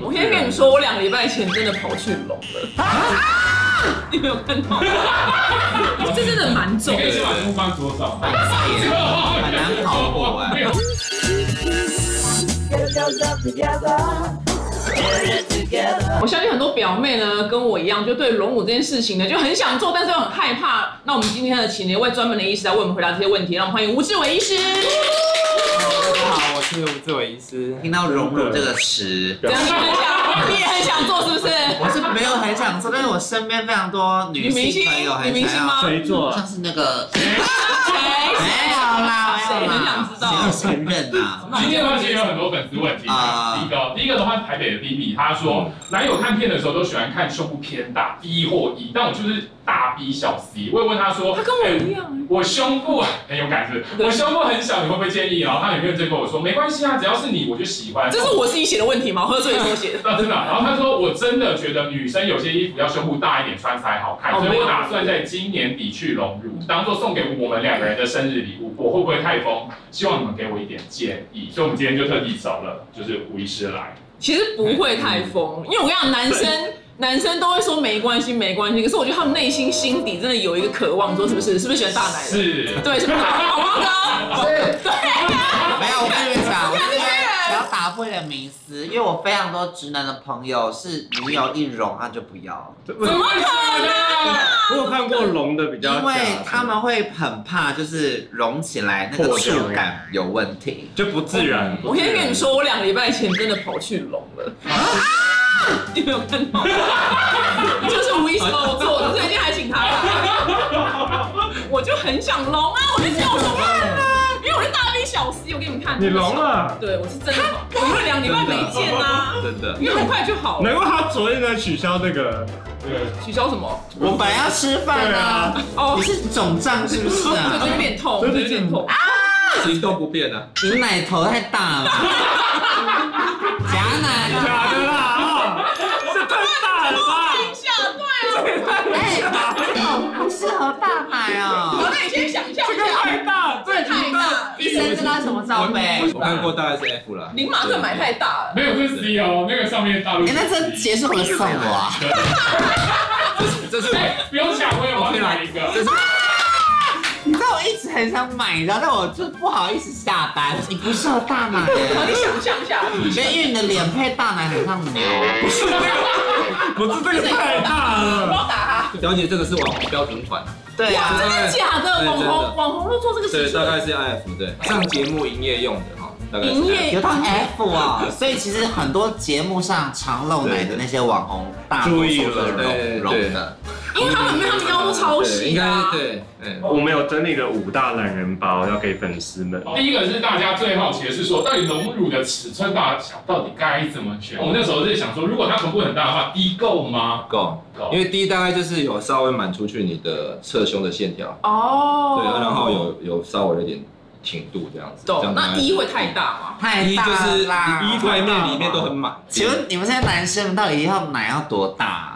我先跟你说，我两个礼拜前真的跑去龙了。啊！你没有看到吗？ 这真的蛮重你可以的。先把书放桌上。很难跑过哎。我相信很多表妹呢，跟我一样，就对龙舞这件事情呢，就很想做，但是又很害怕。那我们今天的请了一位专门的医师来为我们回答这些问题，让我们欢迎吴志伟医师。大家好，我是吴志伟医师。听到“荣辱”这个词，怎样？你很想，你也很想做，是不是？我是没有很想做，但是我身边非常多女女明性星朋友，啊女很明星想要，吗？谁做像啊？是那个谁？没有啦，没谁有啦，很想知道谁要承认啊？今天呢，其实有很多粉丝问题。啊嗯第一个，第一个的话，台北的 Vivi，他说男友看片的时候都喜欢看胸部偏大，B 或 E，但我就是大 B 小 C。我也问他说，他跟我哎一样。我胸部很有感觉，对我胸部很小，你会不会介意？然后他很认真跟我说，没关系啊，只要是你，我就喜欢。这是我自己写的问题吗？我喝醉的时候写的。那真的啊。然后他说，我真的觉得女生有些衣服要胸部大一点穿才好看，哦所以没我有打算在今年底去隆乳，当做送给我们两个人的生日礼物。我会不会太疯？希望你们给我一点建议。所以我们今天就特地找了，就是吴医师来。其实不会太嗯疯，因为我跟你讲，男生男生都会说没关系，没关系。可是我觉得他们内心心底真的有一个渴望，说是不嗯是？是不是喜欢大奶的？是，对，是 不是？好不好？哥，没有，我跟你们讲，我是觉得要打破一点迷思，因为我非常多直男的朋友是女友一容他就不要，怎么可能？我有看过龙的比较假因的，为他们会很怕就是融起来那个触感有问题。就不自然。我先跟你说，我两个礼拜前真的跑去龙了。啊你没有看到吗？就是无意识帮我做的，最近还请他来。我就很想龙啊，我就叫我看啊，嗯因为我是大 B 小 C，我给你们看。你龙？了，对，我是真的龙，我因为两礼拜没见啊，真的，因为很快就好了。难怪他昨天才取消这个。对，取消什么？我本来要吃饭啊，哦你，是肿胀是不是对，啊就有啊？点痛，就有点痛。行动不便啊，你奶头太大 了，假奶头。假的啦，啊这太大了吧？下对了，哎，哦不适合大奶好哦。那你先想象这一个下，太大，这太大，医生知道什么罩杯？哎，我看过大 S F 了，您马克买太大了。没有这是 C 哦，那个上面大陆。哎那这结束了送我啊？这是哎，不用抢，我也要买一个。你知道我一直很想买，然后但我就不好意思下单。你不适合大奶好，你耶，想象一下，所以因为你的脸配大奶很像牛。不是这个太大我了，要打了解这个是网红标准款，他。对哇，啊，真的假的？对网真的红网红都做这个对，事大情，概是 I F 对，上节目营业用的哈，大概是营 IF 业有到 F 哦，所以其实很多节目上常露奶的那些网红，大多数都是对隆隆的。因为他们被他们腰都抄对袭应的啊该。对，嗯，我们有整理了五大懒人包要给粉丝们。第一个是大家最好奇的是说，到底隆乳的尺寸大小到底该怎么选？我们那时候是想说，如果它臀部很大的话，低够吗？够，够因。为第一大概就是有稍微满出去你的侧胸的线条，哦对，然后有有稍微有点挺度这样子，这懂样。大那概一会太大吗？太一就大是啦！一外面里面都很满，请问你们现在男生到底要奶要多大？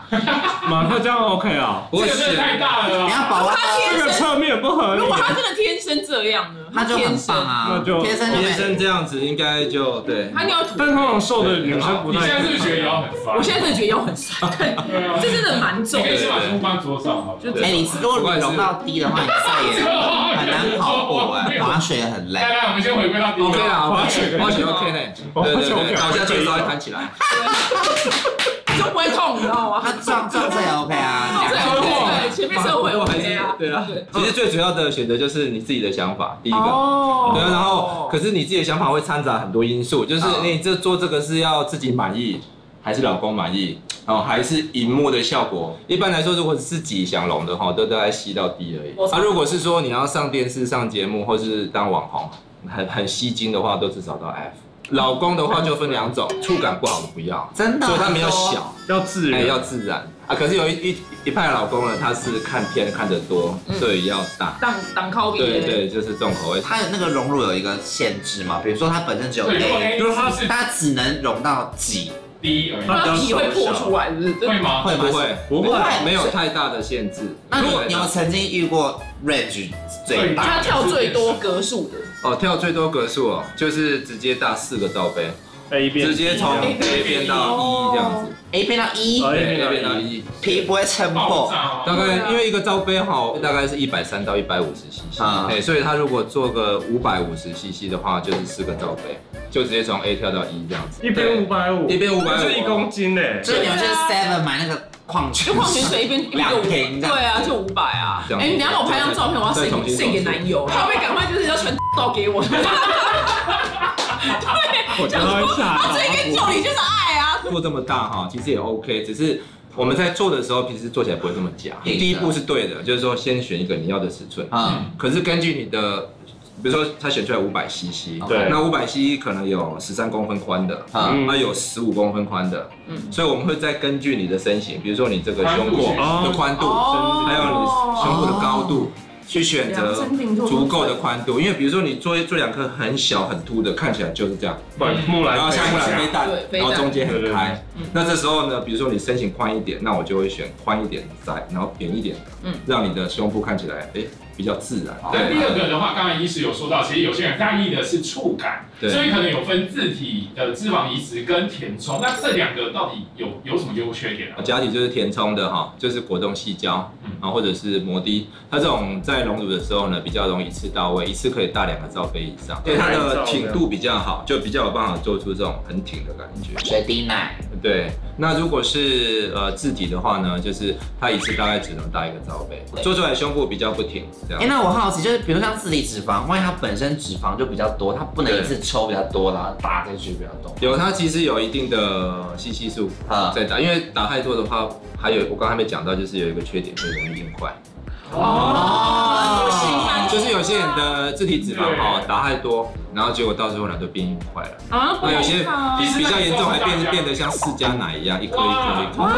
马克这样 OK 啊？不过这个真的太大了你啊。要保温，他这天个生，侧面不合理啊如。果他真的天生这样呢？那就天很生棒。啊！那就天生就先没生这样子应该就对，他尿但吐，通常瘦的女生不你太。现在是不是觉得腰很酸？我现在真的觉得腰很酸， 对，对啊这真的蛮你重可以的。先把书放桌上好了。就哎、你如果你容到低的话，你再也很难跑步哎、滑雪很累。来来，我们先回归到第一 OK 啊个。啦，滑雪滑雪 OK 呢，滑雪对对 OK 对，倒下去的时候会弹起来，就不会痛，你知道吗？那撞撞这也 OK 啊，对对，前面社会有这样。对啊，其实最主要的选择就是你自己的想法，第一个。哦对啊，然后可是你自己的想法会掺杂很多因素，就是哦你这做这个是要自己满意，还是老公满意，然后还是荧幕的效果。一般来说，如果是自己想隆的话，都大概吸到低而我已。啊，如果是说你要上电视、上节目，或是当网红，很很吸睛的话，都至少到 F。老公的话就分两种，触感不好的不要，真的。啊哦所以他们要小。要自哎、然，要自然啊！可是有一一一派老公呢，他是看片看得多，所以要大。挡挡靠边。对对，就是重口味。它的那个融入有一个限制嘛，比如说它本身只有对，如果 A， A 就是它是它只能融到几，低而已，那皮会破出来，是不是？会对，吗？会不吗？会，不会没有太大的限制。那对你你有曾经遇过 range 最大？他跳最多格数的，哦，跳最多格数哦，就是直接大四个罩杯。 A 变直接从 B 啊 A 变到 E 这样子， A 变到一，哦对 A 变 A 到变到 E E，皮不会撑爆破炸。啊！大概因为一个罩杯哈，大概是一百三到一百五十 CC，啊哎，所以它如果做个五百五十 CC 的话，就是四个罩杯，就直接从 A 跳到 E 这样子，一边五百五，一边550是一公斤嘞。就是你们去啊 Seven 买那个矿就泉矿泉水一边一边就两瓶五，这样对啊，就五百啊。这样哎，你等一下帮我拍张照片，我要再重送新送给男友，他会不会赶快就是要全都给我。对，我这真样的会说，吓他到这一根咒语就是爱啊。做这么大哈，其实也 OK，只是我们在做的时候，平时做起来不会这么假。啊对的第一步是对的，就是说先选一个你要的尺寸，嗯，可是根据你的，比如说他选出来五百 CC，对那五百 CC 可能有十三公分宽的，啊嗯那有十五公分宽的，嗯所以我们会再根据你的身形，比如说你这个胸廓宽度的宽度，哦还有你胸部的高度。去选择足够的宽度，因为比如说你做做两颗很小很凸的，看起来就是这样，不嗯然木兰然后飞像木兰一飞下弹对，飞然弹后中间对对很对开嗯。那这时候呢，比如说你身形宽一点，那我就会选宽一点的腮，然后扁一点的，嗯让你的胸部看起来哎比较自然。那第二对个的话，刚才医师有说到，其实有些人在意的是触感，对所以可能有分自体的脂肪移植跟填充。那这两个到底有有什么优缺点呢、啊假体就是填充的哈，就是果冻细胶嗯，然后或者是摩的，它这种在溶乳的时候呢，比较容易一次到位，一次可以大两个罩杯啊以上，对它的挺度比较好，就比较有办法做出这种很挺的感觉。水滴奶，对，那如果是呃自体的话呢，就是它一次大概只能搭一个罩杯，做出来胸部比较不挺，这样哎，。那我好奇就是，比如像自体脂肪，万一它本身脂肪就比较多，它不能对一次抽比较多，然后打下去比较多。有，它其实有一定的吸气数啊在打，因为打太多的话，还有我刚才没讲到，就是有一个缺点，就是容易硬块。哦，不行啊，就是有些人的自体脂肪对哦打太多，然后结果到最后呢就变硬块了。啊，不那有好些看其实比较严重，还那变个变得像释迦奶一样，一颗一颗一颗。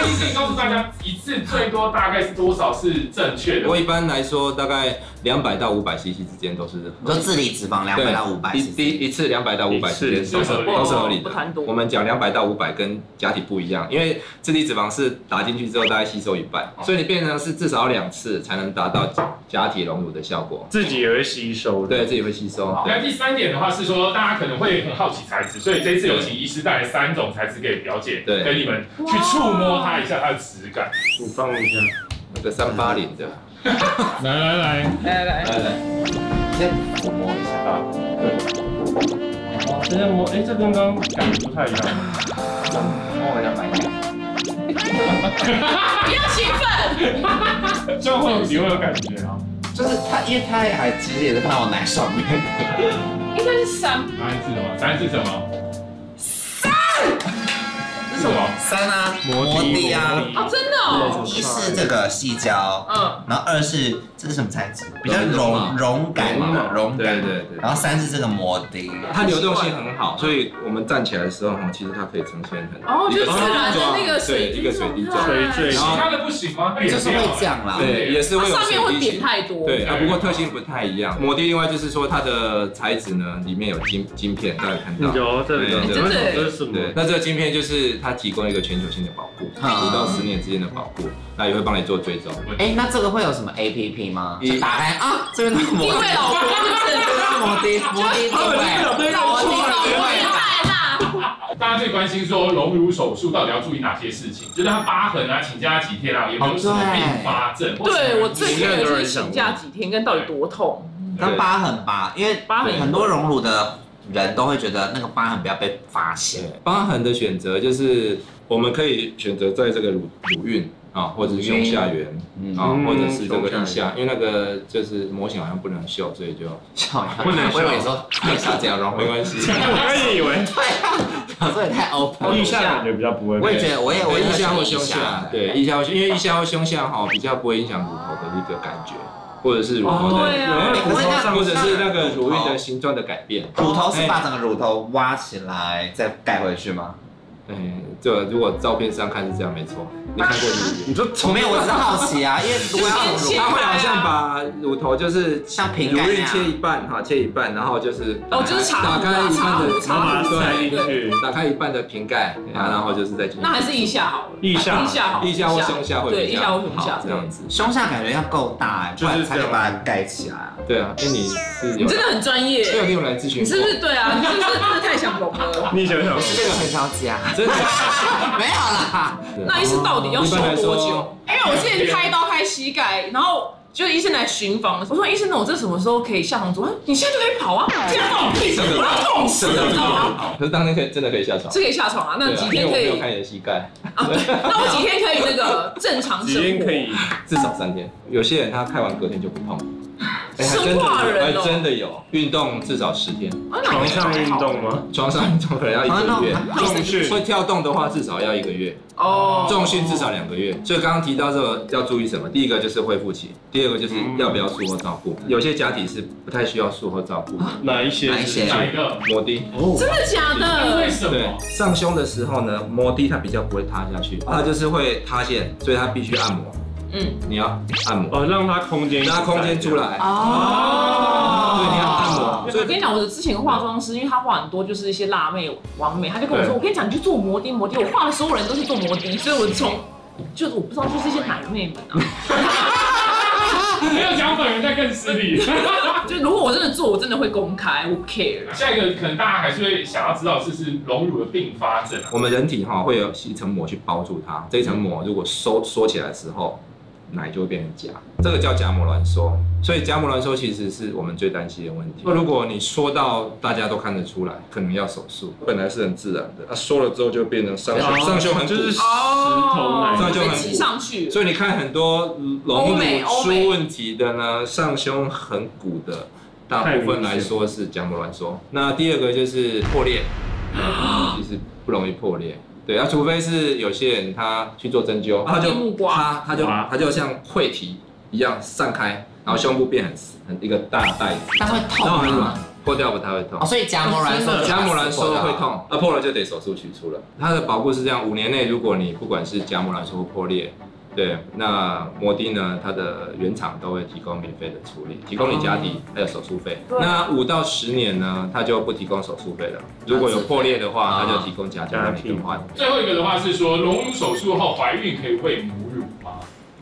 那医师告诉大家，一次最多大概是多少是正确不的？过一般来说，大概两百到五百 CC 之间都是你说自体脂肪两对百到五百，一第一次两百到五百一之次间都就是合理都是合理不的谈。多我们讲两百到五百跟假体不一样，因为自体脂肪是打进去之后大概吸收一半，所以你变成是至少两次才能达到假体隆乳的效果。自己也会吸收的。对，自己会吸收。那第三点的话是说，大家可能会很好奇材质，所以这一次有请医师带来三种材质给表姐，对跟你们去触摸它一下它的质感。你放一下。那个三八零的，来来来，哎来来来，先抚摸一下。啊，对。哦，现在摸，哎，这跟刚刚感觉不太一样。摸我的白奶，不要兴奋，这样会有你会有感觉啊。就是它，因为它还其实也是放我奶上面。应该是三哪一次什么？哪一次什么？三是什么？三啊，摩的啊，哦，真的哦，一是这个细胶，嗯，然后二是这是什么材质？比较绒嘛柔柔感嘛，柔对感。对对。然后三是这个摩的，它流动性很好，所以我们站起来的时候哈，其实它可以呈现很哦，就一是个自然的那个水对一滴个水状滴状，嗯态，水其滴然后他的不行吗？它也啊就是会这样啦。对也是会它有啊上面会水滴点形太多，对啊，对不过特性不太一样。摩的另外就是说它的材质呢，里面有晶晶片，大家有看到。有这对个，对对这是什么哎对，？那这个晶片就是它提供一个全球性的保护，啊五到十年之间的保护，那也会帮你做追踪。哎，那这个会有什么 A P P 吗？一就打开啊，这边的摩因的为，老 婆就是这边摩的，摩的定位，摩的定位。大家最关心说隆乳手术到底要注意哪些事情？就是它疤痕啊，请假几天啊，有没有什么并发症？或者对我最 care 的就是请假几天跟到底多痛，那疤痕吧，因为疤痕很多荣辱的人都会觉得那个疤痕不要被发现。疤痕的选择就是我们可以选择在这个乳乳晕啊，或者是胸下缘嗯啊，嗯或者是这个胸腋下下，因为那个就是模型好像不能秀，所以就笑一下，不能笑我以为你说太小姐荣没辱，关 系。我刚也以为这也太 open 腋了。下感觉比较不会我被。也觉得，我也我对也腋啊下或会胸下，对，对，腋下或胸，因为腋下或胸下哈比较不会影响乳头的一个感觉，或者是乳头哦的对啊有没有骨头上或者是那个乳晕的形状的改变。乳头哎是把整个乳头挖起来再盖回去吗？嗯，这如果照片上看是这样，没错。你看过乳晕？你说我 从没有，我只是好奇啊，因为如果要先切他会好像把乳头就是像瓶乳盖那晕切一样，半哈，切一半，然后就是哦，就是茶打壶开啊，一茶半壶的茶把壶它塞进去，打开一半的瓶盖，然后就是再进嗯那还是腋下好了，腋下腋下好，腋下或胸下会对，比腋较下或胸下好这样子。胸下感觉要够大哎，不然才能把它盖起来啊。对啊，因为你是你有真的很专业，对，你有来咨询你过是不是对啊？你是不是真的太想融了。你以前想这个很着急 啊，真的。没有啦， 那医生到底要一收般来多说久？因为我之前开刀开膝盖，然后就医生来巡房，我说医生，那我这什么时候可以下床？他说你现在就可以跑啊！现在放屁，我要痛死了，你知道吗？啊可是当天可以真的可以下床是。可以下床啊，那对几啊，因为天我可没有以看你的膝盖，啊？ 对，那我几天可以那个正常几生天活？可以至少三天。有些人他开完隔天就不 痛。哎还真生的化有，还人哦真的有运动至少十天，啊那我床觉得还上好运动吗？床上运动可能要一个月，啊哦重训会跳动的话至少要一个月，哦，重训至少两个月。所以刚刚提到这个要注意什么？第一个就是恢复期，第二个就是要不要术后照顾。有些家庭是不太需要术后照顾的，哪一些？哪一些哪一个？摩的。哦，真的假为的？什对么？，上胸的时候呢，摩的它比较不会塌下去，它啊就是会塌陷，所以它必须按摩。嗯，你要按摩，哦，让它空间，让它空间出。来。哦对，你要按摩。所我以跟你讲，我的之前化妆师，因为他画很多就是一些辣妹、完美，他就跟我说，对我跟你讲，你去做摩的，摩的，我画的所有人都是做摩的，所以我从就是我不知道，就是一些奶妹们啊，没有讲本人在更失礼。啊就如果我真的做，我真的会公开，我不 care。下一个可能大家还是会想要知道，这是隆乳的并发症啊。我们人体哈会有一层膜去包住它，这一层膜如果收缩起来的时候，奶就会变成夹，这个叫夹膜挛缩。所以夹膜挛缩其实是我们最担心的问题。那如果你缩到大家都看得出来，可能要手术。本来是很自然的，它、缩了之后就变成上胸，上胸很鼓啊就是石头奶，那就很哦被挤上去。所以你看很多欧隆乳美欧出美问题的呢，上胸很鼓的，大部分来说是夹膜挛缩。那第二个就是 破裂，就是不容易破裂。对，啊，除非是有些人他去做针灸，他就硬木瓜他他就哇他就像溃体一样散开，然后胸部变很死很一个大带子，但会哦然后痛很软吗？，破掉不太会痛哦，。所以夹膜挛缩，夹膜挛缩会，痛，那破了就得手术取出了。它的保护是这样，五年内如果你不管是夹膜挛缩或破裂，对，那摩的呢，它的原厂都会提供免费的处理，提供你家底还有手术费。对那五到十年呢，它就不提供手术费了。如果有破裂的话，它就提供假体让你更换。最后一个的话是说，隆乳手术后怀孕可以喂母乳吗？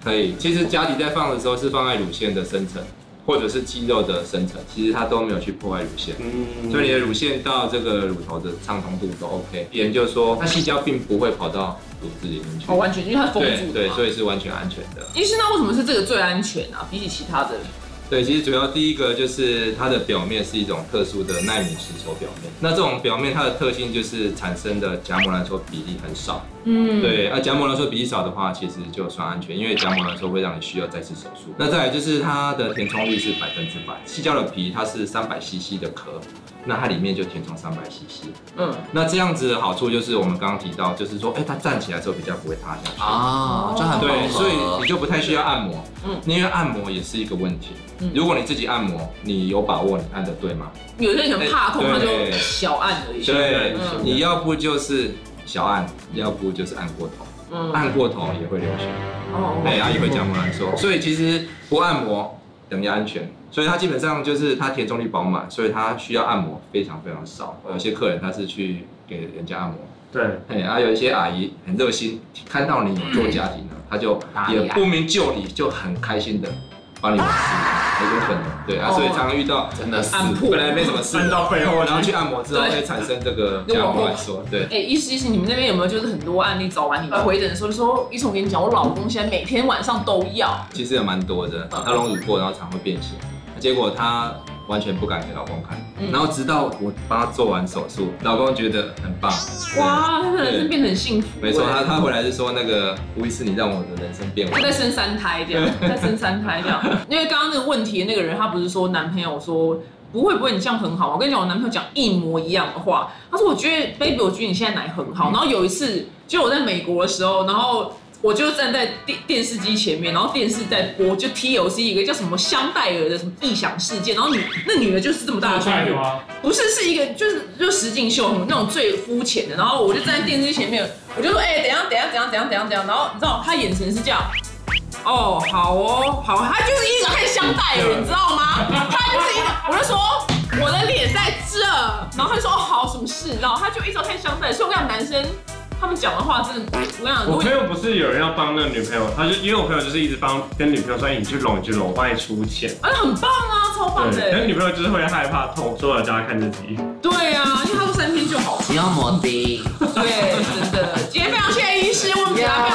可以，其实假体在放的时候是放在乳腺的深层，或者是肌肉的深层，其实它都没有去破坏乳腺。嗯所以你的乳腺到这个乳头的畅通度都 OK。研究说，它细胶并不会跑到乳汁里面去。哦，完全，因为它封对住的对，嘛。所以是完全安全的。医生，那为什么是这个最安全啊？比起其他的，对，其实主要第一个就是它的表面是一种特殊的纳米石球表面。那这种表面它的特性就是产生的荚膜来说比例很少。嗯，对，那、啊、荚膜来说比例少的话，其实就算安全，因为荚膜来说会让你需要再次手术。那再来就是它的填充率是百分之百，细胶的皮它是三百 CC 的壳，那它里面就填充三百 CC。嗯，那这样子的好处就是我们刚刚提到，就是说，哎、它站起来之后比较不会塌下去。哦，就很对，温所以和你。就不太需要按摩，嗯嗯，因为按摩也是一个问题嗯。如果你自己按摩，你有把握你按的对吗？有些人怕痛，他就哎对小按而已。对嗯，你要不就是小按，要不就是按过头，嗯，按过头也会流血，哦对，啊也会讲不来说。所以其实不按摩等于安全，所以它基本上就是它填充力饱满，所以它需要按摩非常非常少。有些客人他是去给人家按摩，对，哎，啊，有一些阿姨很热心，看到你有做家庭了，她就也不明就里，就很开心的帮你完事，很有可能对啊，所以常常遇到真的是按破本来没什么事，翻到背后去然后去按摩之后对会产生这个这样乱说，对。哎、医师医师，你们那边有没有就是很多案例找完你们回诊的时候就说，医生我跟你讲，我老公现在每天晚上都要，其实也蛮多的，她隆乳过，然后常会变形，结果她完全不敢给老公看嗯，然后直到我帮她做完手术，老公觉得很棒，哇，他的人生变得很幸福、没错，哎他他回来是说那个吴医师，你让我的人生变就完在。生三胎这样，在生三胎这样。因为刚刚那个问题，那个人他不是说男朋友说不会不会，你这样很好。我跟你讲，我男朋友讲一模一样的话，他说我觉得 baby，我觉得你现在奶很好。然后有一次，就我在美国的时候，然后。我就站在电电视机前面，然后电视在播，就 TLC 一个叫什么香戴尔的什么异响事件，然后女那女的就是这么大大的胸帅部的，吗？不是，是一个就是就实境秀那种最肤浅的，然后我就站在电视机前面，我就说，哎、等一下等一下等一下等一下等一下等一下，然后你知道他眼神是这样，哦，好哦，好哦，他就是一直看香袋人，你知道吗？他就是一直，我就说我的脸在这，然后他就说哦好，什么事？然后他就一直看香袋，所以我跟你讲，男生他们讲的话真的，我想如我果朋友不是有人要帮那个女朋友，他就因为我朋友就是一直帮跟女朋友说，哎，你去拢，你去拢，我帮你出钱。而且很棒啊，超棒对，的。但是女朋友就是会害怕痛，所以我叫她看自己。对啊，因为他说三天就好。你要抹低。对，真的。今天非常谢谢医师为我们解答哦